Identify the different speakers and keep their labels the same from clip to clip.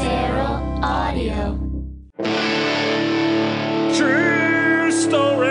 Speaker 1: Feral Audio.
Speaker 2: True story.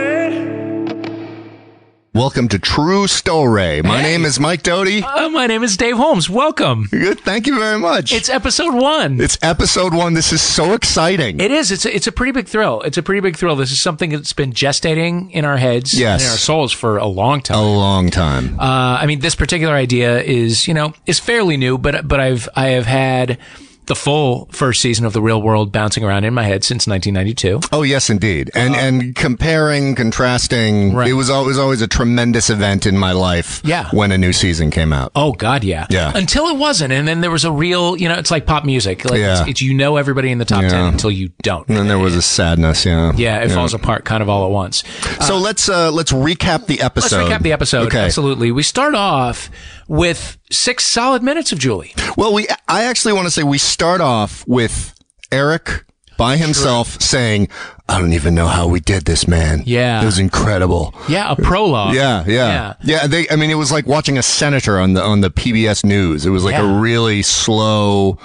Speaker 3: Welcome to True Story. My name is Mike Doty.
Speaker 4: Uh, my name is Dave Holmes. Welcome.
Speaker 3: Good, thank you very much.
Speaker 4: It's episode one.
Speaker 3: It's episode one. This is so exciting.
Speaker 4: It is. It's a, it's a pretty big thrill. It's a pretty big thrill. This is something that's been gestating in our heads
Speaker 3: Yes.
Speaker 4: and in our souls for a long
Speaker 3: a
Speaker 4: time.
Speaker 3: long time.
Speaker 4: Uh, I mean, this particular idea is, you know, is fairly new, but but I've I have had the full first season of the Real World bouncing around in my head since 1992.
Speaker 3: oh yes, indeed. And and comparing, contrasting.
Speaker 4: uh, Right.
Speaker 3: It was always always a tremendous event in my life.
Speaker 4: Yeah.
Speaker 3: When a new season came out.
Speaker 4: Oh God, yeah,
Speaker 3: Yeah.
Speaker 4: Until it wasn't, and then there was a real, you know, it's like pop music. Like
Speaker 3: Yeah.
Speaker 4: it's, it's you know everybody in the top ten
Speaker 3: Yeah.
Speaker 4: until you don't.
Speaker 3: And then there was a sadness. Yeah.
Speaker 4: yeah, it falls apart kind of all at once.
Speaker 3: So let's uh, let's recap the episode.
Speaker 4: Let's recap the episode.
Speaker 3: Okay.
Speaker 4: Absolutely. We start off with six solid minutes of Julie.
Speaker 3: Well, we I actually want to say we start off with Eric by himself saying, "I don't even know how we did this, man.
Speaker 4: Yeah.
Speaker 3: it was incredible.
Speaker 4: Yeah, a prologue.
Speaker 3: Yeah,
Speaker 4: Yeah.
Speaker 3: yeah, yeah. They, I mean, it was like watching a senator on the on the PBS news. It was like
Speaker 4: Yeah.
Speaker 3: a really slow,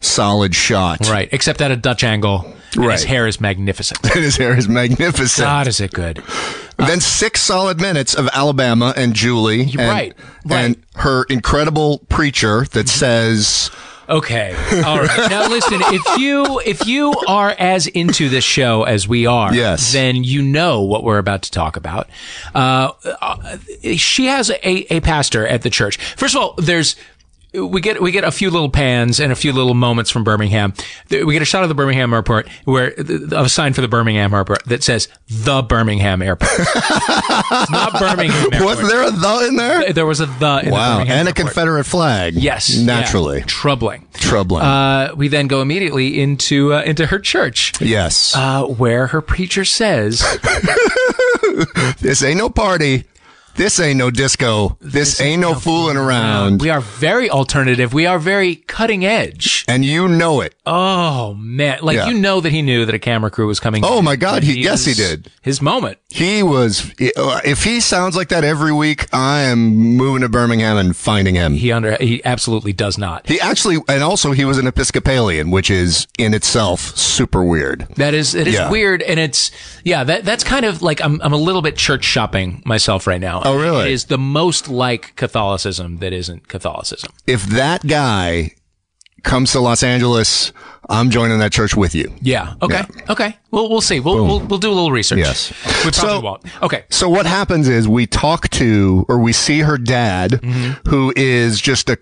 Speaker 3: solid shot.
Speaker 4: Right. Except at a Dutch angle. and
Speaker 3: Right.
Speaker 4: His hair is magnificent.
Speaker 3: And his hair is magnificent.
Speaker 4: God, is it good?
Speaker 3: Then six solid minutes of Alabama and Julie, and,
Speaker 4: uh, right, right.
Speaker 3: and her incredible preacher that says,
Speaker 4: Okay. All right. Now listen, if you if you are as into this show as we are,
Speaker 3: Yes.
Speaker 4: then you know what we're about to talk about. Uh, uh, she has a, a pastor at the church. First of all, there's we get we get a few little pans and a few little moments from Birmingham. Th- We get a shot of the Birmingham airport where th- a sign for the Birmingham airport that says the Birmingham airport. it's not Birmingham
Speaker 3: "Was
Speaker 4: airport.
Speaker 3: there a the in there?"
Speaker 4: There was a the in the
Speaker 3: Wow,
Speaker 4: Birmingham
Speaker 3: and a
Speaker 4: airport.
Speaker 3: Confederate flag.
Speaker 4: Yes, yeah.
Speaker 3: naturally
Speaker 4: troubling.
Speaker 3: troubling.
Speaker 4: Uh, we then go immediately into uh, into her church,
Speaker 3: yes,
Speaker 4: uh, where her preacher says,
Speaker 3: this ain't no party. This ain't no disco. This, ain't no fooling around.
Speaker 4: "We are very alternative. We are very cutting edge."
Speaker 3: and you know it.
Speaker 4: Oh man, like
Speaker 3: Yeah.
Speaker 4: you know that he knew that a camera crew was coming.
Speaker 3: Oh, my God, he-
Speaker 4: It
Speaker 3: yes, he
Speaker 4: is
Speaker 3: did.
Speaker 4: His moment.
Speaker 3: He was. uh, If he sounds like that every week, I am moving to Birmingham and finding him.
Speaker 4: He under he absolutely does not.
Speaker 3: He actually, and also, he was an Episcopalian, which is in itself super weird.
Speaker 4: That is it is
Speaker 3: Yeah.
Speaker 4: weird and it's yeah that that's kind of like I'm I'm a little bit church shopping myself right now.
Speaker 3: Oh, really?
Speaker 4: It is the most like Catholicism that isn't Catholicism.
Speaker 3: If that guy comes to Los Angeles, I'm joining that church with you.
Speaker 4: Yeah. Okay. Okay. We'll we'll see. We'll, we'll we'll do a little research.
Speaker 3: Yes.
Speaker 4: We probably
Speaker 3: So-
Speaker 4: won't. Okay.
Speaker 3: So what happens is we talk to or we see her dad,
Speaker 4: Mm-hmm.
Speaker 3: who is just a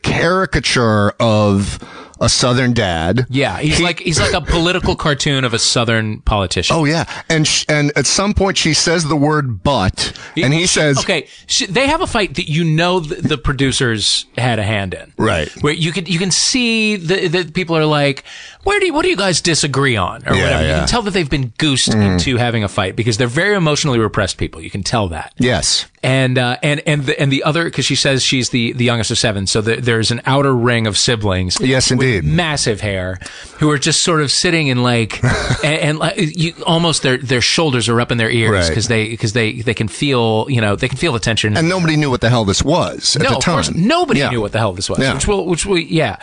Speaker 3: caricature of a Southern dad.
Speaker 4: Yeah. He's like he's like a political cartoon of a Southern politician.
Speaker 3: Oh yeah, and sh- and at some point she says the word "but," Oh, and he says,
Speaker 4: Okay, sh- they have a fight that you know the, the producers had a hand in,
Speaker 3: Right.
Speaker 4: Where you can you can see the, the people are like, where do you, what do you guys disagree on or
Speaker 3: Yeah,
Speaker 4: whatever? You
Speaker 3: yeah. Mm-hmm.
Speaker 4: can tell that they've been goosed into having a fight because they're very emotionally repressed people. You can tell that.
Speaker 3: "Yes."
Speaker 4: and uh, and and the, and the other because she says she's the the youngest of seven, so there there's an outer ring of siblings.
Speaker 3: Yes,
Speaker 4: with
Speaker 3: indeed.
Speaker 4: massive hair, who are just sort of sitting in like and, and like you almost their their shoulders are up in their ears
Speaker 3: Right.
Speaker 4: because they because they they can feel you know they can feel the tension.
Speaker 3: And nobody knew what the hell this was at
Speaker 4: no,
Speaker 3: the
Speaker 4: of
Speaker 3: time.
Speaker 4: course, nobody
Speaker 3: Yeah.
Speaker 4: knew what the hell this was.
Speaker 3: Yeah.
Speaker 4: Which will which will yeah.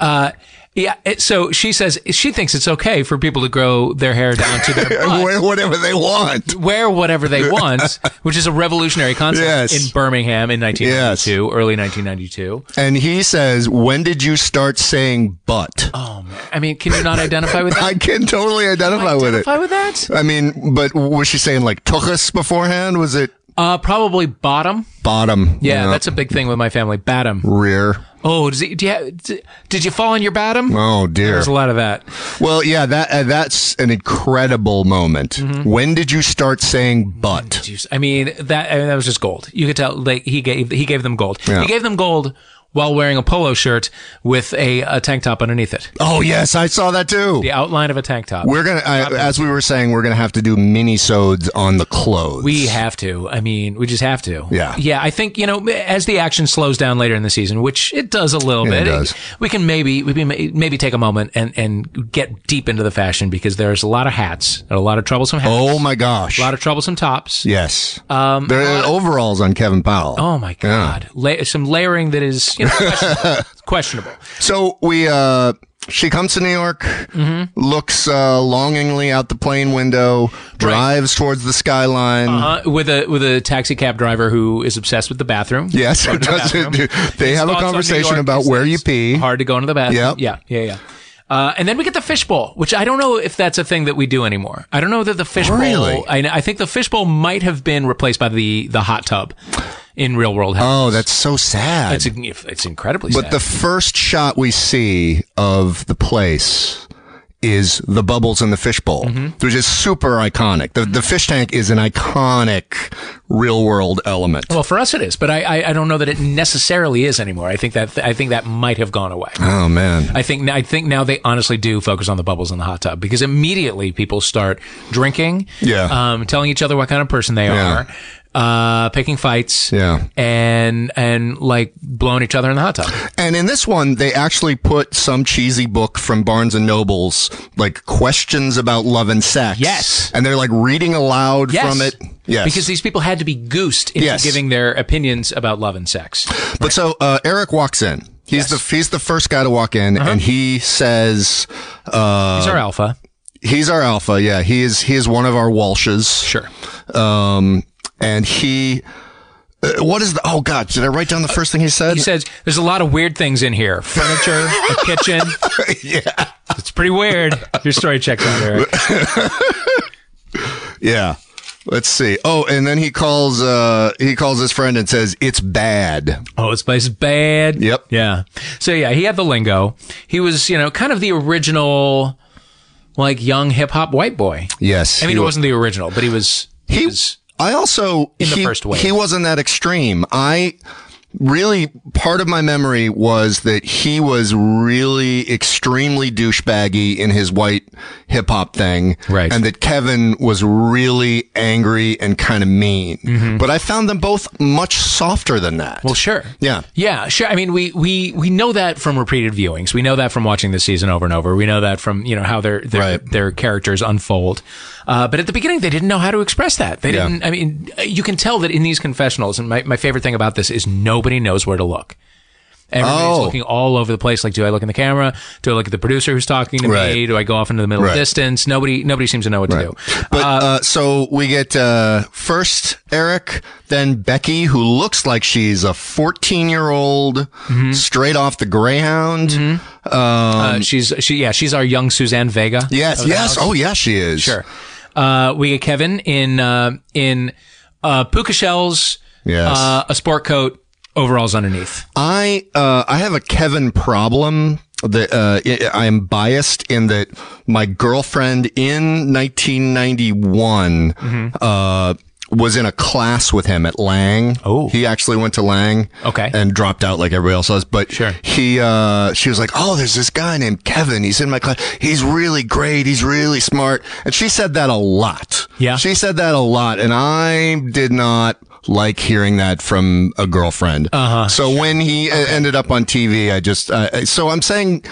Speaker 4: Uh, yeah, it, so she says she thinks it's okay for people to grow their hair down to their butt
Speaker 3: Wh- Whatever they want.
Speaker 4: wear whatever they want, which is a revolutionary concept
Speaker 3: Yes.
Speaker 4: in Birmingham in 1992, early 1992.
Speaker 3: And he says, "When did you start saying but?"
Speaker 4: Oh man, I mean, can you not identify with that?
Speaker 3: I can totally identify, with
Speaker 4: identify
Speaker 3: it.
Speaker 4: with that?
Speaker 3: I mean, but was she saying like "tuchus" beforehand? Was it
Speaker 4: Uh, probably bottom.
Speaker 3: bottom?
Speaker 4: Yeah, that's a big thing with my family. Bottom.
Speaker 3: rear.
Speaker 4: Oh, does it, do you have, d- did you fall on your bottom?
Speaker 3: Oh dear.
Speaker 4: There's a lot of that.
Speaker 3: Well, yeah, that uh, that's an incredible moment.
Speaker 4: Mm-hmm.
Speaker 3: When did you start saying "but"?
Speaker 4: Jeez, I mean, that I mean, that was just gold. You could tell like he gave he gave them gold.
Speaker 3: Yeah.
Speaker 4: He gave them gold while wearing a polo shirt with a, a tank top underneath it.
Speaker 3: Oh yes, I saw that too.
Speaker 4: The outline of a tank top.
Speaker 3: We're gonna, I, as we were saying, we're gonna have to do mini-sodes on the clothes.
Speaker 4: We have to. I mean, we just have to.
Speaker 3: Yeah.
Speaker 4: Yeah. I think, you know, as the action slows down later in the season, which it does a little
Speaker 3: Yeah, it
Speaker 4: bit,
Speaker 3: does.
Speaker 4: we can maybe, we can may- maybe take a moment and, and get deep into the fashion because there's a lot of hats and a lot of troublesome hats.
Speaker 3: oh my gosh.
Speaker 4: A lot of troublesome tops.
Speaker 3: yes. Um, there are overalls on Kevin Powell.
Speaker 4: Oh my God. La- some layering that is, you It's questionable. It's questionable.
Speaker 3: So we, uh, she comes to New York,
Speaker 4: Mm-hmm.
Speaker 3: looks uh, longingly out the plane window, drives towards the skyline.
Speaker 4: Uh, with a with a taxi cab driver who is obsessed with the bathroom.
Speaker 3: Yes,
Speaker 4: Going to the
Speaker 3: does it,
Speaker 4: bathroom.
Speaker 3: do- they have a
Speaker 4: Thoughts on New
Speaker 3: conversation
Speaker 4: York
Speaker 3: about
Speaker 4: is
Speaker 3: where you
Speaker 4: it's
Speaker 3: pee.
Speaker 4: Hard to go into the
Speaker 3: Yep.
Speaker 4: bathroom. Yeah, yeah, yeah. Uh, and then we get the fishbowl, which I don't know if that's a thing that we do anymore. I don't know that the fishbowl.
Speaker 3: Really?
Speaker 4: I, I think the fishbowl might have been replaced by the the hot tub in real world.
Speaker 3: Oh, that's so sad.
Speaker 4: it's it's incredibly.
Speaker 3: But
Speaker 4: sad.
Speaker 3: the first shot we see of the place is the bubbles in the fishbowl,
Speaker 4: Mm-hmm.
Speaker 3: which is super iconic. The, the fish tank is an iconic real world element.
Speaker 4: well, for us it is, but I, I I don't know that it necessarily is anymore. I think that I think that might have gone away.
Speaker 3: oh man.
Speaker 4: I think I think now they honestly do focus on the bubbles in the hot tub because immediately people start drinking,
Speaker 3: Yeah.
Speaker 4: um, telling each other what kind of person they
Speaker 3: Yeah.
Speaker 4: are, uh, picking fights,
Speaker 3: Yeah.
Speaker 4: and and like blowing each other in the hot tub.
Speaker 3: And in this one, they actually put some cheesy book from Barnes and Noble's, like questions about love and sex.
Speaker 4: Yes.
Speaker 3: And they're like reading aloud
Speaker 4: Yes.
Speaker 3: from it. Yes.
Speaker 4: because these people had to be goosed into
Speaker 3: Yes.
Speaker 4: giving their opinions about love and sex.
Speaker 3: But so uh, Eric walks in. He's the he's the first guy to walk in,
Speaker 4: Uh-huh.
Speaker 3: and he says, uh,
Speaker 4: He's our alpha,
Speaker 3: "He's our alpha. Yeah, he is. He is one of our Walshes.
Speaker 4: sure.
Speaker 3: Um, and he, uh, what is the? Oh God, did I write down the first thing he said?
Speaker 4: He says there's a lot of weird things in here: furniture, a kitchen. yeah, it's pretty weird. Your story checks out, Eric.
Speaker 3: yeah. Let's see. Oh, and then he calls uh he calls his friend and says it's bad.
Speaker 4: Oh, this place is bad.
Speaker 3: Yep.
Speaker 4: Yeah. So yeah, he had the lingo. He was, you know, kind of the original, like young hip hop white boy.
Speaker 3: Yes.
Speaker 4: I
Speaker 3: he
Speaker 4: mean, it
Speaker 3: wa-
Speaker 4: wasn't the original, but he was. He,
Speaker 3: He.
Speaker 4: was.
Speaker 3: I also
Speaker 4: In the
Speaker 3: he,
Speaker 4: first wave.
Speaker 3: he wasn't that extreme. I really part of my memory was that he was really extremely douchebaggy in his white hip hop thing,
Speaker 4: Right.
Speaker 3: And that Kevin was really angry and kind of mean. But I found them both much softer than that.
Speaker 4: Mm-hmm. Well, sure.
Speaker 3: Yeah.
Speaker 4: Yeah, sure. I mean, we, we, we know that from repeated viewings. We know that from watching the season over and over. We know that from, you know, how their, their,
Speaker 3: Right.
Speaker 4: their characters unfold. Uh, but at the beginning, they didn't know how to express that. They
Speaker 3: Yeah.
Speaker 4: didn't, I mean, you can tell that in these confessionals, and my, my favorite thing about this is nobody knows where to look. Everybody's
Speaker 3: Oh.
Speaker 4: looking all over the place. Like, do I look in the camera? Do I look at the producer who's talking to me?
Speaker 3: Right.
Speaker 4: Do I go off into the middle
Speaker 3: Right.
Speaker 4: distance? Nobody, nobody seems to know what to do.
Speaker 3: But uh, so we get uh, first Eric, then Becky, who looks like she's a 14 year old
Speaker 4: Mm-hmm.
Speaker 3: straight off the Greyhound. Um,
Speaker 4: Uh, she's, she, yeah, she's our young Suzanne Vega.
Speaker 3: Yes, yes. Oh, yes, she is.
Speaker 4: Sure. Uh, we get Kevin in uh, in uh, puka shells,
Speaker 3: Yes.
Speaker 4: uh, a sport coat, overalls underneath.
Speaker 3: I uh, I have a Kevin problem. That uh, I I am biased in that my girlfriend in 1991
Speaker 4: Mm-hmm.
Speaker 3: uh, was in a class with him at Lang.
Speaker 4: Oh.
Speaker 3: he actually went to Lang.
Speaker 4: Okay.
Speaker 3: and dropped out like everybody else does. But
Speaker 4: Sure.
Speaker 3: he uh, she was like, "Oh, there's this guy named Kevin. He's in my class. He's really great. He's really smart." And she said that a lot.
Speaker 4: Yeah.
Speaker 3: she said that a lot, and I did not like hearing that from a girlfriend. Uh-huh. So when he uh, ended up on TV, I just uh, so I'm saying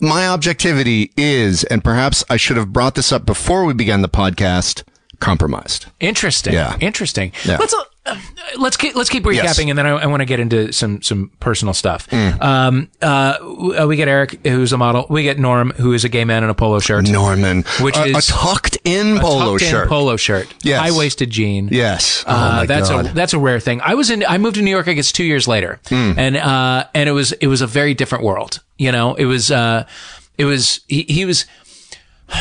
Speaker 3: my objectivity is, and perhaps I should have brought this up before we began the podcast. Compromised.
Speaker 4: Interesting.
Speaker 3: Yeah.
Speaker 4: Interesting.
Speaker 3: Yeah.
Speaker 4: Let's uh, uh, let's keep let's keep recapping,
Speaker 3: Yes. Mm.
Speaker 4: and then I, I want to get into some some personal stuff. Um, uh, w- uh, we get Eric, who's a model. We get Norm, who is a gay man in a polo shirt,
Speaker 3: Norman,
Speaker 4: Which
Speaker 3: a,
Speaker 4: is
Speaker 3: a tucked in polo
Speaker 4: tucked-in
Speaker 3: shirt.
Speaker 4: polo shirt,
Speaker 3: Yes.
Speaker 4: high waisted jean.
Speaker 3: yes. Oh
Speaker 4: Uh,
Speaker 3: my
Speaker 4: that's
Speaker 3: God.
Speaker 4: a that's a rare thing. I was in I moved to New York. I guess two years later,
Speaker 3: Hmm.
Speaker 4: and uh, and it was it was a very different world. You know, it was uh, it was he, he was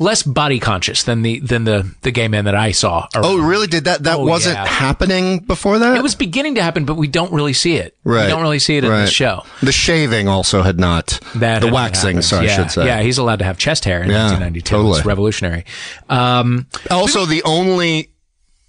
Speaker 4: less body conscious than the than the the gay man that I saw. around.
Speaker 3: Oh, really? Did that? That wasn't
Speaker 4: yeah.
Speaker 3: happening before that.
Speaker 4: it was beginning to happen, but we don't really see it.
Speaker 3: Right.
Speaker 4: we don't really see it in the
Speaker 3: Right.
Speaker 4: show.
Speaker 3: The shaving also had not.
Speaker 4: That
Speaker 3: the
Speaker 4: only
Speaker 3: waxing,
Speaker 4: happens.
Speaker 3: sorry,
Speaker 4: yeah,
Speaker 3: I should say.
Speaker 4: Yeah, he's allowed to have chest hair in
Speaker 3: Yeah,
Speaker 4: 1992. It's
Speaker 3: totally.
Speaker 4: revolutionary. Um,
Speaker 3: Also, the only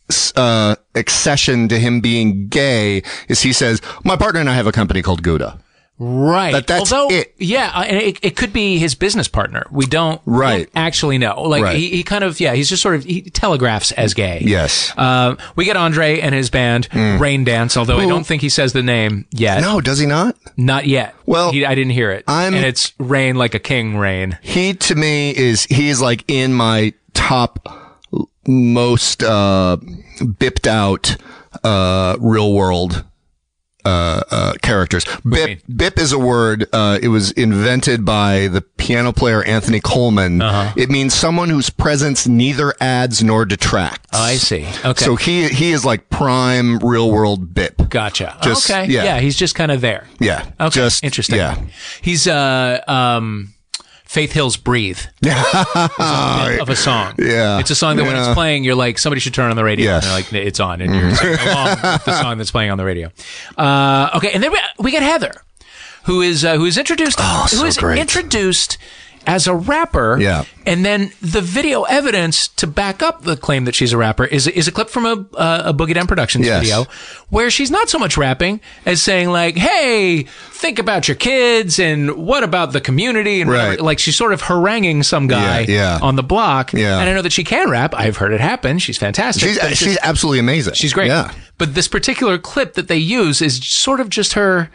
Speaker 3: s- uh, accession to him being gay is he says, "My partner and I have a company called Gouda."
Speaker 4: Right.
Speaker 3: That- that's
Speaker 4: Although,
Speaker 3: it.
Speaker 4: Yeah, I- and it, it could be his business partner. We don't, we
Speaker 3: Right.
Speaker 4: don't actually know. Like
Speaker 3: Right.
Speaker 4: he, he kind of yeah, he's just sort of he telegraphs as gay.
Speaker 3: Yes. Hmm.
Speaker 4: Uh, we get Andre and his band Rain Dance, although I don't think he says the name yet.
Speaker 3: No, does he not?
Speaker 4: Not yet.
Speaker 3: Well,
Speaker 4: he, I didn't hear it.
Speaker 3: I'm-
Speaker 4: and it's rain like a king rain.
Speaker 3: He to me is he is like in my top most uh, bipped out uh, real world uh, uh, characters. Bip, bip is a word. Uh, it was invented by the piano player Anthony Coleman. It means someone whose presence neither adds nor detracts.
Speaker 4: I see. Okay.
Speaker 3: So he he is like prime real world bip.
Speaker 4: Gotcha.
Speaker 3: Just-
Speaker 4: okay.
Speaker 3: yeah.
Speaker 4: he's just kind of there.
Speaker 3: Yeah.
Speaker 4: Okay.
Speaker 3: Just
Speaker 4: Interesting.
Speaker 3: Yeah.
Speaker 4: He's uh um Faith Hill's Breathe. Of a song.
Speaker 3: Yeah.
Speaker 4: It's a song that when it's
Speaker 3: Yeah.
Speaker 4: playing, you're like, somebody should turn on the radio.
Speaker 3: Yes. Mm.
Speaker 4: And they're like, it's on. And you're singing along with the song that's playing on the radio. Uh, okay. And then we, we get Heather, who is, uh, who is introduced, who
Speaker 3: Oh, so
Speaker 4: is
Speaker 3: great.
Speaker 4: introduced as a rapper.
Speaker 3: Yeah.
Speaker 4: And then the video evidence to back up the claim that she's a rapper is, is a clip from a, uh, a Boogie Down Productions
Speaker 3: Yes.
Speaker 4: video where she's not so much rapping as saying like, "Hey, think about your kids and what about the community?" And whatever.
Speaker 3: Right.
Speaker 4: like she's sort of haranguing some guy
Speaker 3: Yeah, yeah.
Speaker 4: on the block.
Speaker 3: Yeah.
Speaker 4: And I know that she can rap. I've heard it happen. She's fantastic.
Speaker 3: She's uh,
Speaker 4: But it's
Speaker 3: she's
Speaker 4: just-
Speaker 3: absolutely amazing.
Speaker 4: she's great.
Speaker 3: Yeah.
Speaker 4: But this particular clip that they use is sort of just her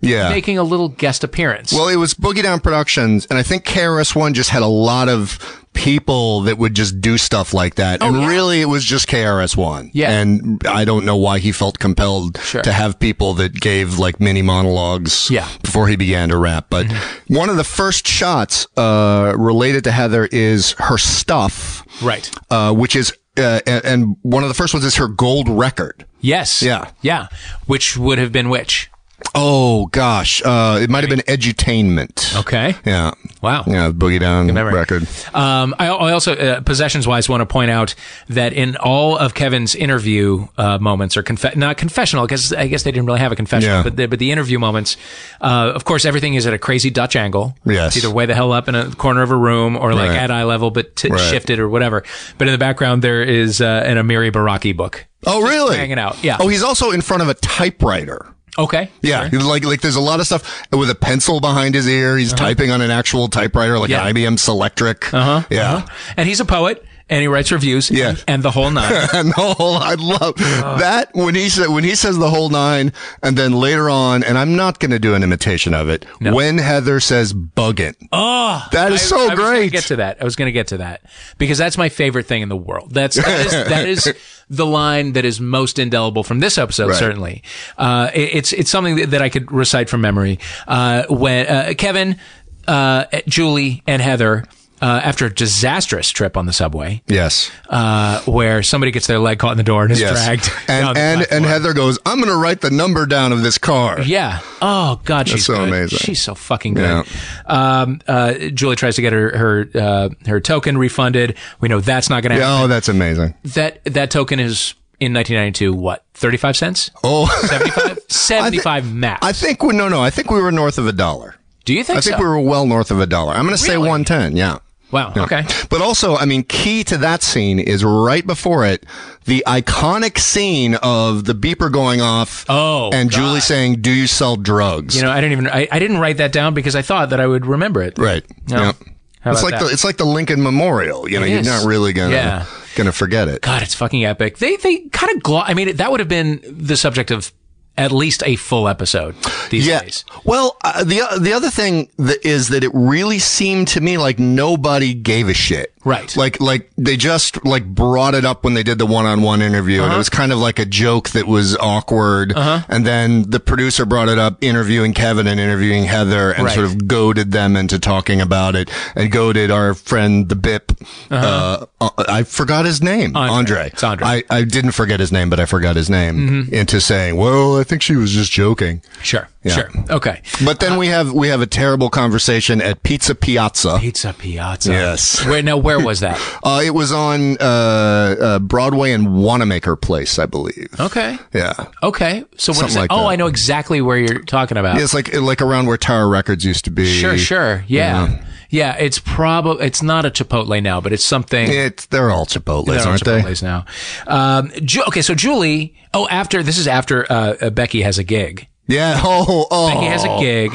Speaker 3: Yeah.
Speaker 4: making a little guest appearance.
Speaker 3: Well, it was Boogie Down Productions, and I think KRS One just had a lot of people that would just do stuff like that. and
Speaker 4: Oh, yeah.
Speaker 3: really, it was just KRS One.
Speaker 4: Yeah.
Speaker 3: And I don't know why he felt compelled
Speaker 4: Sure.
Speaker 3: to have people that gave like mini monologues
Speaker 4: Yeah. Mm-hmm.
Speaker 3: before he began to rap. But one of the first shots uh, related to Heather is her stuff,
Speaker 4: right.
Speaker 3: uh, which is, uh, and, and one of the first ones is her gold record.
Speaker 4: Yes.
Speaker 3: Yeah.
Speaker 4: Yeah. Which would have been which?
Speaker 3: Oh, gosh. Uh, it might have been edutainment.
Speaker 4: Okay.
Speaker 3: Yeah.
Speaker 4: Wow.
Speaker 3: Yeah, Boogie Down
Speaker 4: memory.
Speaker 3: record.
Speaker 4: Um, I, I also, uh, possessions wise, want to point out that in all of Kevin's interview uh, moments, or confe- not confessional, because I guess they didn't really have a confessional,
Speaker 3: Yeah.
Speaker 4: but, the, but the interview moments, uh, of course, everything is at a crazy Dutch angle.
Speaker 3: Yes.
Speaker 4: It's either way the hell up in a corner of a room or like
Speaker 3: Right.
Speaker 4: at eye level, but t-
Speaker 3: Right.
Speaker 4: shifted or whatever. But in the background, there is uh, an Amiri Baraki book.
Speaker 3: Oh, really?
Speaker 4: hanging out, yeah.
Speaker 3: Oh, he's also in front of a typewriter.
Speaker 4: Okay.
Speaker 3: Yeah,
Speaker 4: Sure.
Speaker 3: like like there's a lot of stuff with a pencil behind his ear. He's typing on an actual typewriter, like
Speaker 4: Uh-huh. Yeah. Uh-huh.
Speaker 3: an IBM Selectric. Uh huh. Yeah.
Speaker 4: And he's a poet and he writes reviews
Speaker 3: Yeah.
Speaker 4: and, and the whole nine.
Speaker 3: And the whole, I love that when he said when he says the whole nine, and then later on, and I'm not going to do an imitation of it. When Heather says "buggin," oh, that is so
Speaker 4: I was gonna
Speaker 3: great.
Speaker 4: get to that. I was going to get to that because that's my favorite thing in the world. That's that is, that is the line that is most indelible from this episode.
Speaker 3: Right.
Speaker 4: Certainly, uh, it- it's it's something that, that I could recite from memory. Uh, when uh, Kevin, uh, Julie, and Heather. Uh, after a disastrous trip on the subway,
Speaker 3: yes,
Speaker 4: uh, where somebody gets their leg caught in the door and is
Speaker 3: yes,
Speaker 4: dragged, down
Speaker 3: and
Speaker 4: the
Speaker 3: and
Speaker 4: platform.
Speaker 3: and Heather goes, "I'm going to write the number down of this car."
Speaker 4: Yeah. Oh God, she's
Speaker 3: so
Speaker 4: good.
Speaker 3: amazing.
Speaker 4: She's so fucking good. Um, uh, Julie tries to get her her uh, her token refunded. We know that's not going to happen.
Speaker 3: Oh, that's amazing.
Speaker 4: That that token is in 1992. What 35 cents?
Speaker 3: Oh,
Speaker 4: 75, 75 max.
Speaker 3: I think we no no. I think we were north of a dollar.
Speaker 4: Do you think?
Speaker 3: I think
Speaker 4: so?
Speaker 3: we were well north of a dollar. I'm going to say
Speaker 4: Really?
Speaker 3: 110. Yeah.
Speaker 4: Wow. Okay.
Speaker 3: But also, I mean, key to that scene is right before it, the iconic scene of the beeper going off.
Speaker 4: Oh,
Speaker 3: and
Speaker 4: God.
Speaker 3: Julie saying, "Do you sell drugs?"
Speaker 4: You know, I didn't even I, I didn't write that down because I thought that I would remember it.
Speaker 3: right. Yeah.
Speaker 4: How
Speaker 3: It's
Speaker 4: about
Speaker 3: like
Speaker 4: that?
Speaker 3: the it's like the Lincoln Memorial. You know,
Speaker 4: It
Speaker 3: you're
Speaker 4: is.
Speaker 3: not really gonna
Speaker 4: Yeah.
Speaker 3: gonna forget it.
Speaker 4: God, it's fucking epic. They they kind of glo- I mean, that would have been the subject of at least a full episode these
Speaker 3: Yeah.
Speaker 4: days.
Speaker 3: Well, uh, the o- the other thing that is that it really seemed to me like nobody gave a shit.
Speaker 4: Right.
Speaker 3: Like like they just like brought it up when they did the one-on-one interview
Speaker 4: Uh-huh.
Speaker 3: and it was kind of like a joke that was awkward. And then the producer brought it up interviewing Kevin and interviewing Heather and
Speaker 4: Right.
Speaker 3: sort of goaded them into talking about it and goaded our friend the Bip uh uh, I forgot his name. Andre.
Speaker 4: It's Uh-huh. Andre. Mm-hmm.
Speaker 3: I, I didn't forget his name, but I forgot his name into saying, "Well, I think she was just joking."
Speaker 4: Sure.
Speaker 3: Yeah.
Speaker 4: Sure. Okay.
Speaker 3: But then we have we have a terrible conversation at Pizza Piazza.
Speaker 4: Pizza Piazza.
Speaker 3: Yes.
Speaker 4: Where now? Where was that?
Speaker 3: Uh, it was on uh, uh, Broadway and Wanamaker Place, I believe.
Speaker 4: Okay.
Speaker 3: Yeah,
Speaker 4: Okay. So what is
Speaker 3: Something
Speaker 4: it?
Speaker 3: like
Speaker 4: oh,
Speaker 3: that.
Speaker 4: I know exactly where you're talking about.
Speaker 3: Yeah, it's like like around where Tower Records used to be.
Speaker 4: Sure. Sure. Yeah. Yeah. it's probably it's not a Chipotle now, but it's something.
Speaker 3: It's they're all Chipotles,
Speaker 4: They're on
Speaker 3: aren't
Speaker 4: Chipotle's now. Um, Ju- okay, so Julie. Oh, after this is after uh, uh, Becky has a gig.
Speaker 3: they? Yeah. Oh, oh.
Speaker 4: Becky has a gig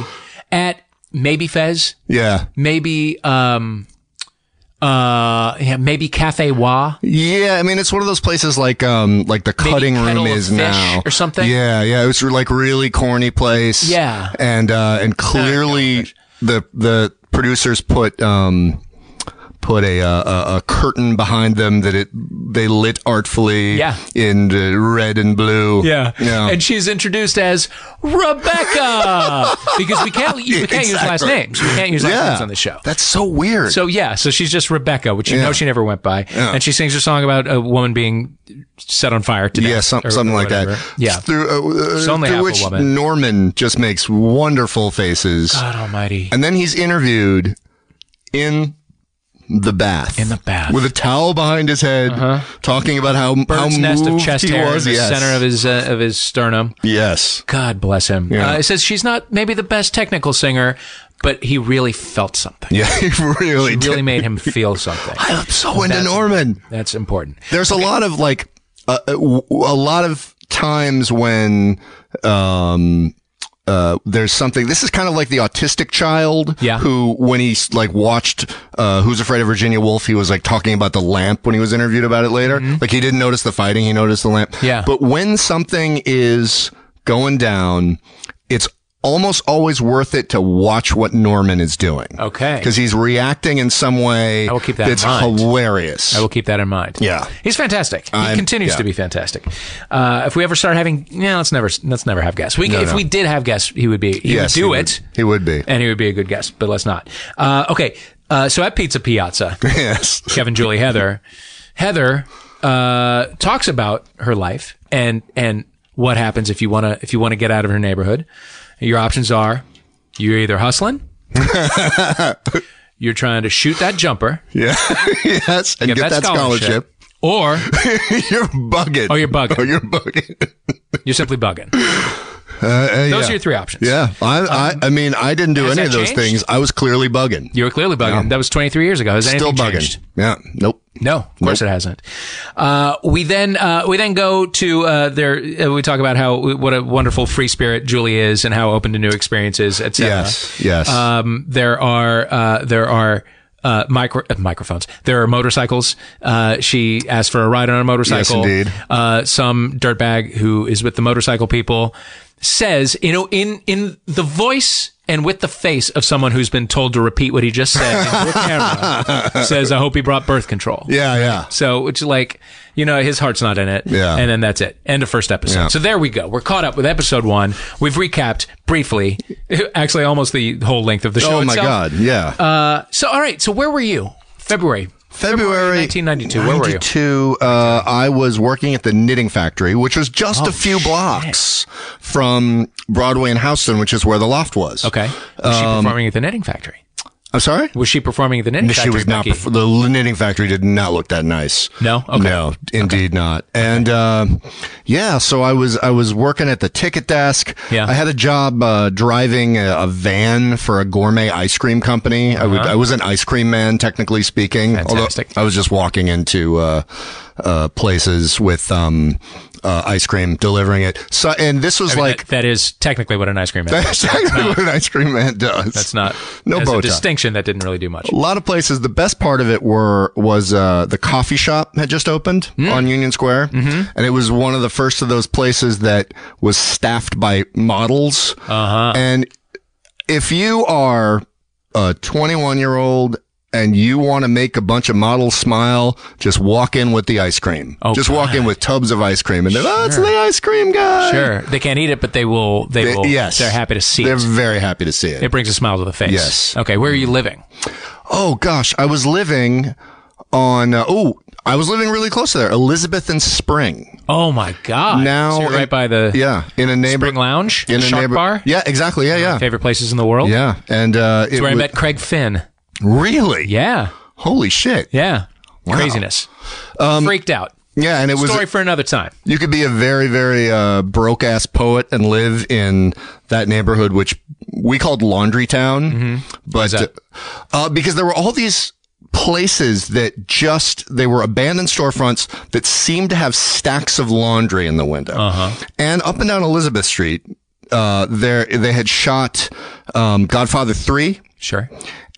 Speaker 4: at maybe Fez,
Speaker 3: Yeah.
Speaker 4: maybe um, uh, yeah, maybe Cafe Wa.
Speaker 3: Yeah. I mean, it's one of those places like um like the cutting
Speaker 4: Kettle
Speaker 3: room
Speaker 4: of
Speaker 3: is
Speaker 4: Fish
Speaker 3: now
Speaker 4: or something?
Speaker 3: Yeah. Yeah. It was like really corny place.
Speaker 4: Yeah.
Speaker 3: And uh and clearly the the producers put um put a, uh, a a curtain behind them that it they lit artfully
Speaker 4: Yeah.
Speaker 3: in uh, red and blue.
Speaker 4: Yeah.
Speaker 3: Yeah.
Speaker 4: And she's introduced as Rebecca because we can't we can't use last
Speaker 3: Exactly.
Speaker 4: names. We can't use last
Speaker 3: Yeah.
Speaker 4: names on the show.
Speaker 3: That's so weird.
Speaker 4: so yeah, so she's just Rebecca, which you
Speaker 3: Yeah.
Speaker 4: know she never went by, and she sings a song about a woman being set on fire today.
Speaker 3: yeah, some,
Speaker 4: or
Speaker 3: something like that.
Speaker 4: whatever. Yeah.
Speaker 3: Through, uh, uh,
Speaker 4: only
Speaker 3: through
Speaker 4: half a
Speaker 3: which
Speaker 4: woman.
Speaker 3: Norman just makes wonderful faces.
Speaker 4: God Almighty.
Speaker 3: And then he's interviewed in the bath.
Speaker 4: In the bath. Uh-huh.
Speaker 3: With a towel behind his head, talking about how,
Speaker 4: Bird's
Speaker 3: how
Speaker 4: nest of
Speaker 3: moved
Speaker 4: chest
Speaker 3: he
Speaker 4: hair
Speaker 3: was.
Speaker 4: in the
Speaker 3: yes.
Speaker 4: center of his uh, of his sternum.
Speaker 3: Yes.
Speaker 4: God bless him. Uh, it says she's not maybe the best technical singer, but he really felt something.
Speaker 3: Yeah, he really
Speaker 4: It
Speaker 3: did.
Speaker 4: really made him feel something.
Speaker 3: I'm so into
Speaker 4: That's-
Speaker 3: Norman.
Speaker 4: That's important.
Speaker 3: There's a lot of like, uh, uh, w- a lot of times when, um, uh, there's something. This is kind of like the autistic child,
Speaker 4: Yeah.
Speaker 3: Who, when he like watched uh, "Who's Afraid of Virginia Woolf," he was like talking about the lamp when he was interviewed about it later. Like he didn't notice the fighting, he noticed the lamp.
Speaker 4: Mm-hmm. Yeah.
Speaker 3: But when something is going down, it's almost always worth it to watch what Norman is doing.
Speaker 4: Okay.
Speaker 3: Because he's reacting in some way.
Speaker 4: I will keep that in
Speaker 3: It's
Speaker 4: mind.
Speaker 3: hilarious.
Speaker 4: I will keep that in mind.
Speaker 3: Yeah.
Speaker 4: he's fantastic. He
Speaker 3: I'm-
Speaker 4: continues
Speaker 3: yeah.
Speaker 4: to be fantastic. Uh, if we ever start having, yeah, let's never let's never have guests. We, if
Speaker 3: no.
Speaker 4: we did have guests, he would be he
Speaker 3: Yes,
Speaker 4: would do
Speaker 3: he would.
Speaker 4: it,
Speaker 3: He would be.
Speaker 4: and he would be a good guest. But let's not. Uh, okay, uh, so at Pizza Piazza,
Speaker 3: Yes.
Speaker 4: Kevin, Julie, Heather, Heather uh, talks about her life and and what happens if you want to if you want to get out of her neighborhood. Your options are you're either hustling, you're trying to shoot that jumper,
Speaker 3: Yeah. yes. And
Speaker 4: get, that, scholarship, or
Speaker 3: you're bugging.
Speaker 4: Oh, you're bugging.
Speaker 3: Oh, you're bugging. Uh,
Speaker 4: You're simply bugging. Those are your three options.
Speaker 3: Yeah. I, I, I mean, I didn't do
Speaker 4: has
Speaker 3: any of
Speaker 4: that
Speaker 3: those
Speaker 4: changed?
Speaker 3: things. I was clearly bugging.
Speaker 4: You were clearly bugging. That was 23 years ago. Has
Speaker 3: Still
Speaker 4: anything
Speaker 3: bugging.
Speaker 4: changed?
Speaker 3: Yeah. Nope.
Speaker 4: No, of course it hasn't. Uh, we then uh, we then go to uh, there. Uh, we talk about how what a wonderful free spirit Julie is, and how open to new experiences, etc.
Speaker 3: Yes. Yes.
Speaker 4: Um, there are uh, there are. Uh, micro uh, microphones. There are motorcycles. Uh, she asked for a ride on a motorcycle.
Speaker 3: indeed.
Speaker 4: Uh, some dirtbag who is with the motorcycle people says, you know, in in the voice and with the face of someone who's been told to repeat what he just said into a camera, says, "I hope he brought birth control."
Speaker 3: yeah. Yeah.
Speaker 4: So it's like, you know, his heart's not in it.
Speaker 3: Yeah.
Speaker 4: And then that's it. End of first episode.
Speaker 3: Yeah.
Speaker 4: So there we go. We're caught up with episode one. We've recapped briefly, actually almost the whole length of the show.
Speaker 3: Oh, my
Speaker 4: itself.
Speaker 3: God. Yeah.
Speaker 4: Uh, So, all right. So where were you? February.
Speaker 3: February
Speaker 4: 1992. Where were you?
Speaker 3: 92, uh, I was working at the knitting factory, which was just
Speaker 4: Oh,
Speaker 3: a few blocks from Broadway and Houston, which is where the loft was.
Speaker 4: Okay. Was she performing at the Knitting Factory?
Speaker 3: I'm sorry?
Speaker 4: Was she performing at the Knitting Factory?
Speaker 3: Um, she was not.
Speaker 4: Becky?
Speaker 3: Perf- the knitting factory did not look that nice.
Speaker 4: No? Okay.
Speaker 3: no, indeed not. And uh, yeah, so I was I was working at the ticket desk.
Speaker 4: Yeah.
Speaker 3: I had a job uh, driving a, a van for a gourmet ice cream company. I, would, I was an ice cream man, technically speaking. although
Speaker 4: Uh-huh. Fantastic.
Speaker 3: I was just walking into uh, uh, places with um, uh, ice cream, delivering it. So, and this was
Speaker 4: I mean,
Speaker 3: like.
Speaker 4: that- that is technically what an ice cream is.
Speaker 3: that's technically what an ice cream man does.
Speaker 4: That's not
Speaker 3: No
Speaker 4: as
Speaker 3: bow
Speaker 4: a
Speaker 3: tie.
Speaker 4: distinction that didn't really do much.
Speaker 3: A lot of places. The best part of it were was uh, the coffee shop had just opened
Speaker 4: Hmm.
Speaker 3: on Union Square,
Speaker 4: Mm-hmm.
Speaker 3: and it was one of the first of those places that was staffed by models. Uh-huh. And if you are a 21 year old and you want to make a bunch of models smile, just walk in with the ice cream.
Speaker 4: Oh,
Speaker 3: just walk in with tubs of ice cream, and then oh, it's the ice cream guy.
Speaker 4: Sure. They can't eat it, but they will. They,
Speaker 3: They-
Speaker 4: will.
Speaker 3: yes,
Speaker 4: They're happy to see
Speaker 3: They're
Speaker 4: it.
Speaker 3: very happy to see it.
Speaker 4: It brings a smile to the face.
Speaker 3: Yes.
Speaker 4: Okay. Where are you living?
Speaker 3: Oh gosh, I was living on. Uh, oh, I was living really close to there, Elizabeth and Spring.
Speaker 4: Oh my God!
Speaker 3: Now-
Speaker 4: So you're right by the
Speaker 3: Yeah, in a neighbor
Speaker 4: Spring Lounge,
Speaker 3: in a
Speaker 4: Shark
Speaker 3: neighbor
Speaker 4: Bar.
Speaker 3: Yeah, exactly. Yeah, yeah,
Speaker 4: favorite places in the world.
Speaker 3: yeah. And uh, it
Speaker 4: That's where I
Speaker 3: was-
Speaker 4: met Craig Finn.
Speaker 3: really.
Speaker 4: Yeah,
Speaker 3: Holy shit.
Speaker 4: yeah, craziness. Freaked out.
Speaker 3: Yeah, and it Um, was
Speaker 4: Story for another time.
Speaker 3: you could be a very very uh, broke ass poet and live in that neighborhood, which we called Laundry Town, but
Speaker 4: that?
Speaker 3: uh, because there were all these places that just they were abandoned storefronts that seemed to have stacks of laundry in the window, and up and down Elizabeth Street, uh, there they had shot um, Godfather Three,
Speaker 4: Sure.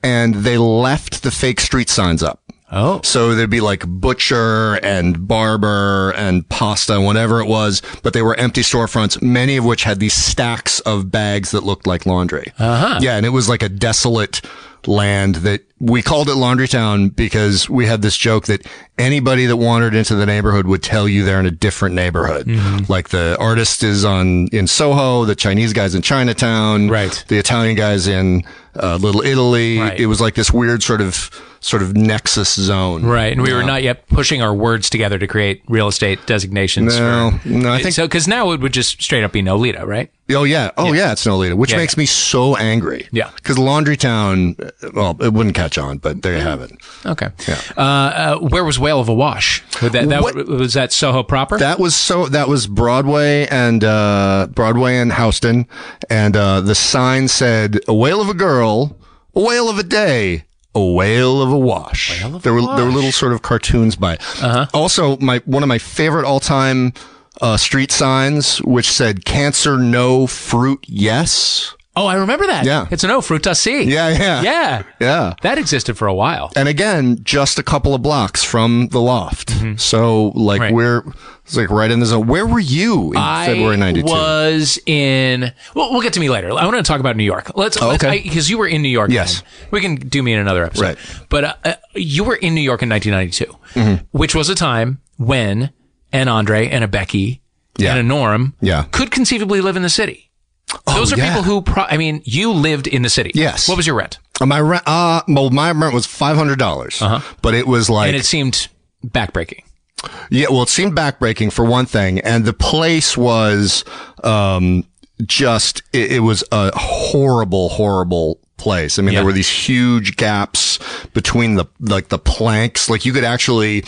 Speaker 3: and they left the fake street signs up.
Speaker 4: Oh,
Speaker 3: So there'd be like butcher and barber and pasta and whatever it was, but they were empty storefronts, many of which had these stacks of bags that looked like laundry. Uh-huh. Yeah, and it was like a desolate land that we called it Laundry Town because we had this joke that anybody that wandered into the neighborhood would tell you they're in a different neighborhood. Like the artist is on in Soho, the Chinese guy's in Chinatown,
Speaker 4: Right.
Speaker 3: The Italian guy's in uh, Little Italy.
Speaker 4: Right.
Speaker 3: It was like this weird sort of sort of nexus zone,
Speaker 4: Right, and we were not yet pushing our words together to create real estate designations.
Speaker 3: No,
Speaker 4: for,
Speaker 3: no, I think.
Speaker 4: so because now it would just straight up be Nolita, right?
Speaker 3: Oh yeah, oh yeah, it's Nolita, which
Speaker 4: Yeah,
Speaker 3: makes me so angry.
Speaker 4: Yeah.
Speaker 3: because Laundry Town, uh, well, it wouldn't catch on, but there you have it.
Speaker 4: Okay. Uh, uh, where was Whale of a Wash? Was that, that
Speaker 3: What-
Speaker 4: was that Soho proper?
Speaker 3: That was so. That was Broadway and uh, Broadway and Houston, and uh, the sign said, "A whale of a girl, a whale of a day." A whale of a wash. Uh-huh. there were there were little sort of cartoons by. it. Also, my one of my favorite all time uh, street signs, which said "Cancer no, fruit yes."
Speaker 4: oh, I remember that.
Speaker 3: Yeah.
Speaker 4: it's an O Fruta C.
Speaker 3: Yeah, yeah,
Speaker 4: yeah,
Speaker 3: yeah.
Speaker 4: That existed for a while.
Speaker 3: and again, just a couple of blocks from the loft. So like
Speaker 4: Right.
Speaker 3: we're it's like right in the zone. Where were you in
Speaker 4: I
Speaker 3: February '92?
Speaker 4: was in. Well, we'll get to me later. I want to talk about New York. Let's
Speaker 3: Oh, Okay.
Speaker 4: because you were in New York.
Speaker 3: Yes.
Speaker 4: then. we can do me in another episode.
Speaker 3: Right. Mm-hmm.
Speaker 4: but uh, uh, you were in New York in 1992, which was a time when an Andre and a Becky
Speaker 3: Yeah.
Speaker 4: and a Norm
Speaker 3: Yeah. Oh,
Speaker 4: could conceivably live in the city. Those are
Speaker 3: yeah.
Speaker 4: people who. Pro- I mean, you lived in the city.
Speaker 3: Yes.
Speaker 4: What was your rent?
Speaker 3: my rent, uh, well, my rent was five hundred dollars, but it was like
Speaker 4: Uh-huh. And it seemed backbreaking.
Speaker 3: Yeah, well, it seemed backbreaking for one thing, and the place was um, just it, it was a horrible, horrible place. I mean,
Speaker 4: Yeah.
Speaker 3: there were these huge gaps between the like the planks. Like you could actually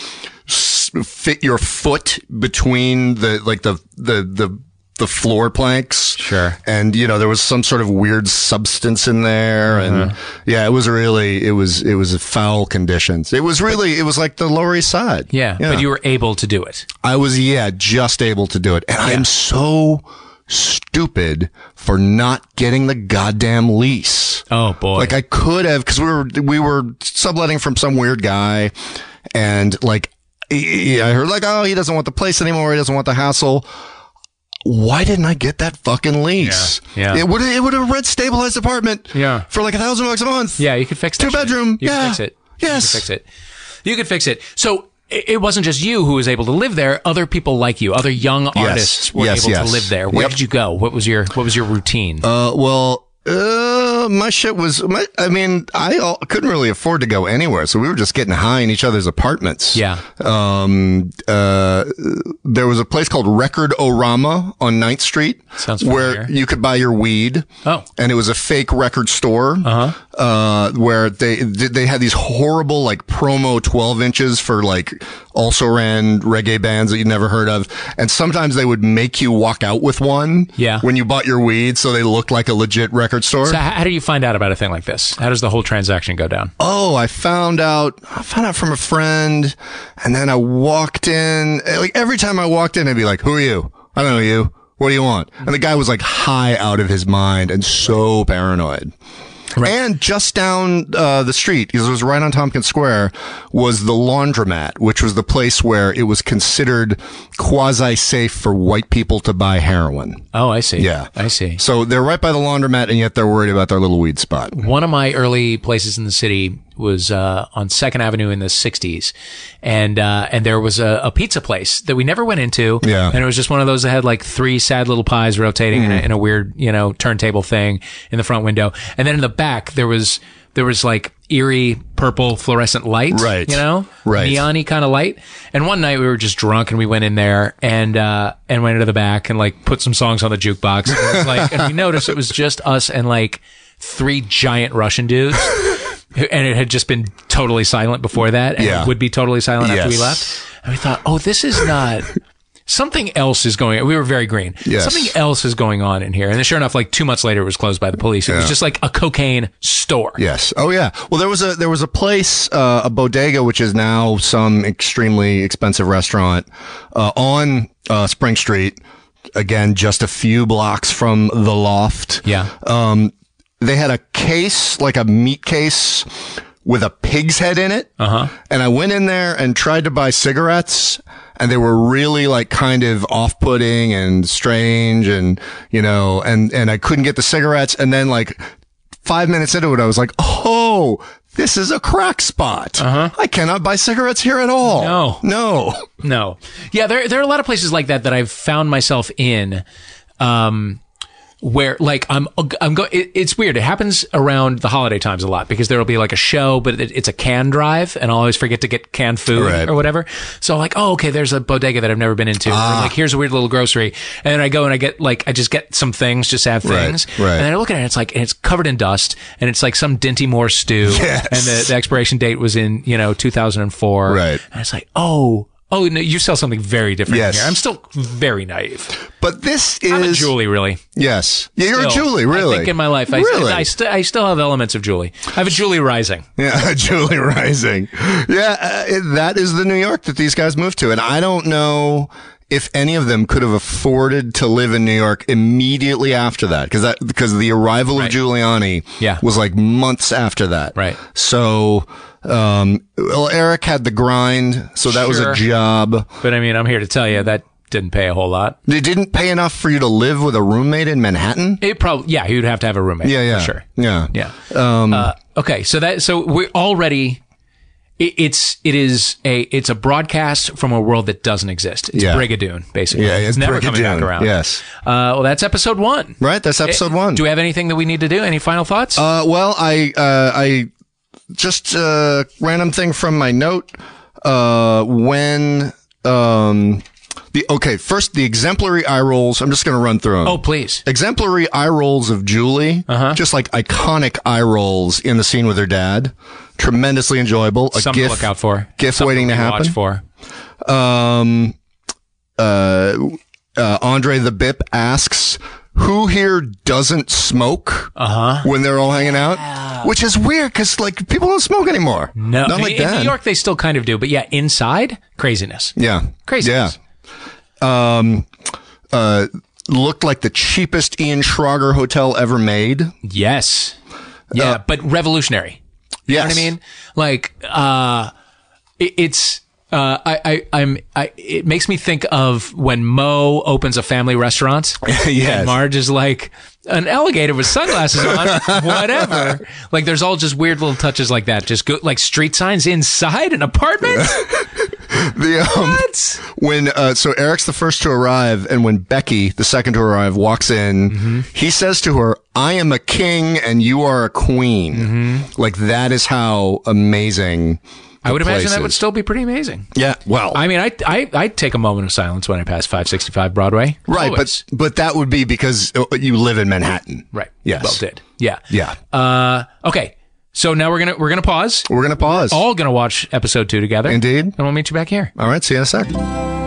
Speaker 3: s- fit your foot between the like the the the the floor planks.
Speaker 4: Sure.
Speaker 3: And you know, there was some sort of weird substance in there
Speaker 4: Uh-huh.
Speaker 3: and yeah, it was really it was it was foul conditions. It was really it was like the Lower East Side.
Speaker 4: Yeah, but you were able to do it.
Speaker 3: I was, yeah, just able to do it. And I'm so stupid for not getting the goddamn lease.
Speaker 4: Oh boy.
Speaker 3: Like I could have, cause we were, we were subletting from some weird guy and like, I I heard like, oh, he doesn't want the place anymore. He doesn't want the hassle. Why didn't I get that fucking lease?
Speaker 4: Yeah, yeah.
Speaker 3: It would, it would have rent stabilized apartment.
Speaker 4: Yeah.
Speaker 3: For like a thousand bucks a month.
Speaker 4: Yeah, you could fix that
Speaker 3: Two
Speaker 4: shit.
Speaker 3: bedroom.
Speaker 4: You
Speaker 3: Yeah.
Speaker 4: could fix it.
Speaker 3: Yes.
Speaker 4: You could fix it. You could fix it. So i- it wasn't just you who was able to live there. Other people like you, other young artists were
Speaker 3: Yes,
Speaker 4: able
Speaker 3: yes.
Speaker 4: to live there. Where
Speaker 3: Yep.
Speaker 4: did you go? What was your what was your routine?
Speaker 3: Uh, well, uh, my shit was, my, I mean, I all, couldn't really afford to go anywhere. So we were just getting high in each other's apartments.
Speaker 4: yeah.
Speaker 3: Um, uh, there was a place called Record Orama on 9th Street
Speaker 4: Sounds
Speaker 3: where
Speaker 4: familiar.
Speaker 3: you could buy your weed.
Speaker 4: Oh.
Speaker 3: And it was a fake record store, uh-huh. where they, they had these horrible, like promo 12 inches for like also ran reggae bands that you'd never heard of. And sometimes they would make you walk out with one
Speaker 4: Yeah.
Speaker 3: when you bought your weed. So they looked like a legit record store.
Speaker 4: So how, how do you find out about a thing like this? How does the whole transaction go down?
Speaker 3: oh, I found out, I found out from a friend. And then I walked in, like every time I walked in, I'd be like, who are you? I don't know you. What do you want? And the guy was like high out of his mind and so paranoid. And just down uh, the street, because it was right on Tompkins Square, was the laundromat, which was the place where it was considered quasi safe for white people to buy heroin.
Speaker 4: Oh, I see.
Speaker 3: Yeah.
Speaker 4: I see.
Speaker 3: So they're right by the laundromat, and yet they're worried about their little weed spot.
Speaker 4: One of my early places in the city was uh, on Second Avenue in the '60s, and uh, and there was a, a pizza place that we never went into.
Speaker 3: Yeah. Mm-hmm.
Speaker 4: and it was just one of those that had like three sad little pies rotating in, a, in a weird you know turntable thing in the front window, and then in the back there was there was like eerie purple fluorescent light,
Speaker 3: Right.
Speaker 4: You know,
Speaker 3: Right.
Speaker 4: neony kind of light. And one night we were just drunk and we went in there and uh, and went into the back and like put some songs on the jukebox. And, it was like, and we noticed it was just us and like three giant Russian dudes. who- And it had just been totally silent before that, and
Speaker 3: Yeah.
Speaker 4: would be totally silent after we
Speaker 3: Yes.
Speaker 4: left. And we thought, oh, this is not. Something else is going. We were very green.
Speaker 3: Yes.
Speaker 4: Something else is going on in here. And then sure enough, like two months later, it was closed by the police. It was
Speaker 3: Yeah.
Speaker 4: just like a cocaine store.
Speaker 3: Yes. Oh yeah. Well, there was a there was a place, uh, a bodega, which is now some extremely expensive restaurant uh, on uh, Spring Street. Again, just a few blocks from the loft.
Speaker 4: Yeah.
Speaker 3: Um, they had a case, like a meat case, with a pig's head in it.
Speaker 4: Uh-huh.
Speaker 3: Uh huh. And I went in there and tried to buy cigarettes, and they were really like kind of off-putting and strange, and you know, and and I couldn't get the cigarettes, and then like five minutes into it, I was like, oh, no, this is a crack spot. I cannot buy cigarettes here at all.
Speaker 4: Uh-huh. No.
Speaker 3: No.
Speaker 4: No. Yeah, there there are a lot of places like that that I've found myself in um where like I'm I'm go it, it's weird. It happens around the holiday times a lot because there'll be like a show but it, it's a can drive and I'll always forget to get canned food
Speaker 3: Right.
Speaker 4: or whatever. So I'm like, "Oh, okay, there's a bodega that I've never been into." Or
Speaker 3: Ah.
Speaker 4: like, "Here's a weird little grocery." And I go and I get like I just get some things, just have
Speaker 3: Right,
Speaker 4: things.
Speaker 3: right.
Speaker 4: And then I look at it and it's like and it's covered in dust and it's like some Dinty Moore stew
Speaker 3: Yes.
Speaker 4: and the, the expiration date was in, you know, 2004.
Speaker 3: Right.
Speaker 4: And it's like, oh, oh, no, you sell something very different
Speaker 3: Yes.
Speaker 4: here. I'm still very naive.
Speaker 3: But this is
Speaker 4: I'm a Julie, really.
Speaker 3: Yes. Yeah, you're a
Speaker 4: Still.
Speaker 3: Julie, really.
Speaker 4: I think in my life, I,
Speaker 3: really?
Speaker 4: I, st- I still have elements of Julie. I have a Julie rising.
Speaker 3: Yeah, Julie Rising. Yeah, uh, it- that is the New York that these guys moved to. And I don't know if any of them could have afforded to live in New York immediately after that. Cause that, because the arrival of Giuliani
Speaker 4: Yeah.
Speaker 3: was like months after that.
Speaker 4: Right.
Speaker 3: So, um, well, Eric had the grind. So that was a
Speaker 4: Sure.
Speaker 3: job.
Speaker 4: But I mean, I'm here to tell you that didn't pay a whole lot.
Speaker 3: They didn't pay enough for you to live with a roommate in Manhattan.
Speaker 4: It probably, yeah, you'd have to have a roommate.
Speaker 3: Yeah. Yeah.
Speaker 4: For sure.
Speaker 3: Yeah.
Speaker 4: Yeah.
Speaker 3: Um,
Speaker 4: uh, okay. So that so we're already it, it's it is a it's a broadcast from a world that doesn't exist. It's
Speaker 3: Yeah.
Speaker 4: Brigadoon, basically.
Speaker 3: Yeah, it's
Speaker 4: never coming back
Speaker 3: Brigadoon,
Speaker 4: around.
Speaker 3: yes.
Speaker 4: Uh, well, that's episode one.
Speaker 3: Right. That's episode one.
Speaker 4: Do we have anything that we need to do? Any final thoughts?
Speaker 3: Uh, well, I uh, I just uh, random thing from my note. Uh, when um, the okay, first the exemplary eye rolls. I'm just going to run through them.
Speaker 4: oh, Uh-huh. please.
Speaker 3: Exemplary eye rolls of Julie, just like iconic eye rolls in the scene with her dad. Tremendously enjoyable. A
Speaker 4: Something
Speaker 3: gif,
Speaker 4: to look out for.
Speaker 3: gif
Speaker 4: Something
Speaker 3: waiting to
Speaker 4: watch
Speaker 3: happen.
Speaker 4: for.
Speaker 3: Um, uh, uh, Andre the Bip asks, "Who here doesn't smoke?" Uh-huh. When they're all hanging out, which is weird because like people don't smoke anymore.
Speaker 4: No,
Speaker 3: not
Speaker 4: in,
Speaker 3: like
Speaker 4: in
Speaker 3: that.
Speaker 4: New York they still kind of do, but yeah, inside craziness.
Speaker 3: yeah, Yeah,
Speaker 4: Craziness.
Speaker 3: um, uh, looked like the cheapest Ian Schrager hotel ever made.
Speaker 4: Yes. Yeah,
Speaker 3: Uh,
Speaker 4: but revolutionary.
Speaker 3: Yes,
Speaker 4: You know what I mean? Like, uh, it, it's, uh, I, I, I'm, I, it makes me think of when Mo opens a family restaurant.
Speaker 3: yes,
Speaker 4: And Marge is like an alligator with sunglasses on, whatever. Like, there's all just weird little touches like that. Just go, like street signs inside an apartment.
Speaker 3: the um,
Speaker 4: What?
Speaker 3: when uh, so Eric's the first to arrive, and when Becky, the second to arrive, walks in,
Speaker 4: Mm-hmm.
Speaker 3: he says to her, "I am a king, and you are a queen." Like that is how amazing.
Speaker 4: Mm-hmm. I would imagine that would
Speaker 3: places.
Speaker 4: still be pretty amazing.
Speaker 3: Yeah. Well,
Speaker 4: I mean, I, I, I take a moment of silence when I pass 565 Broadway.
Speaker 3: right,
Speaker 4: Always.
Speaker 3: but but that would be because uh, you live in Manhattan.
Speaker 4: right.
Speaker 3: Yes.
Speaker 4: Well, did. Yeah.
Speaker 3: Yeah.
Speaker 4: Uh, okay. So now we're going to, we're going to pause.
Speaker 3: We're gonna pause.
Speaker 4: all going to watch episode two together.
Speaker 3: Indeed.
Speaker 4: And we'll meet you back here.
Speaker 3: All right. See you in a sec.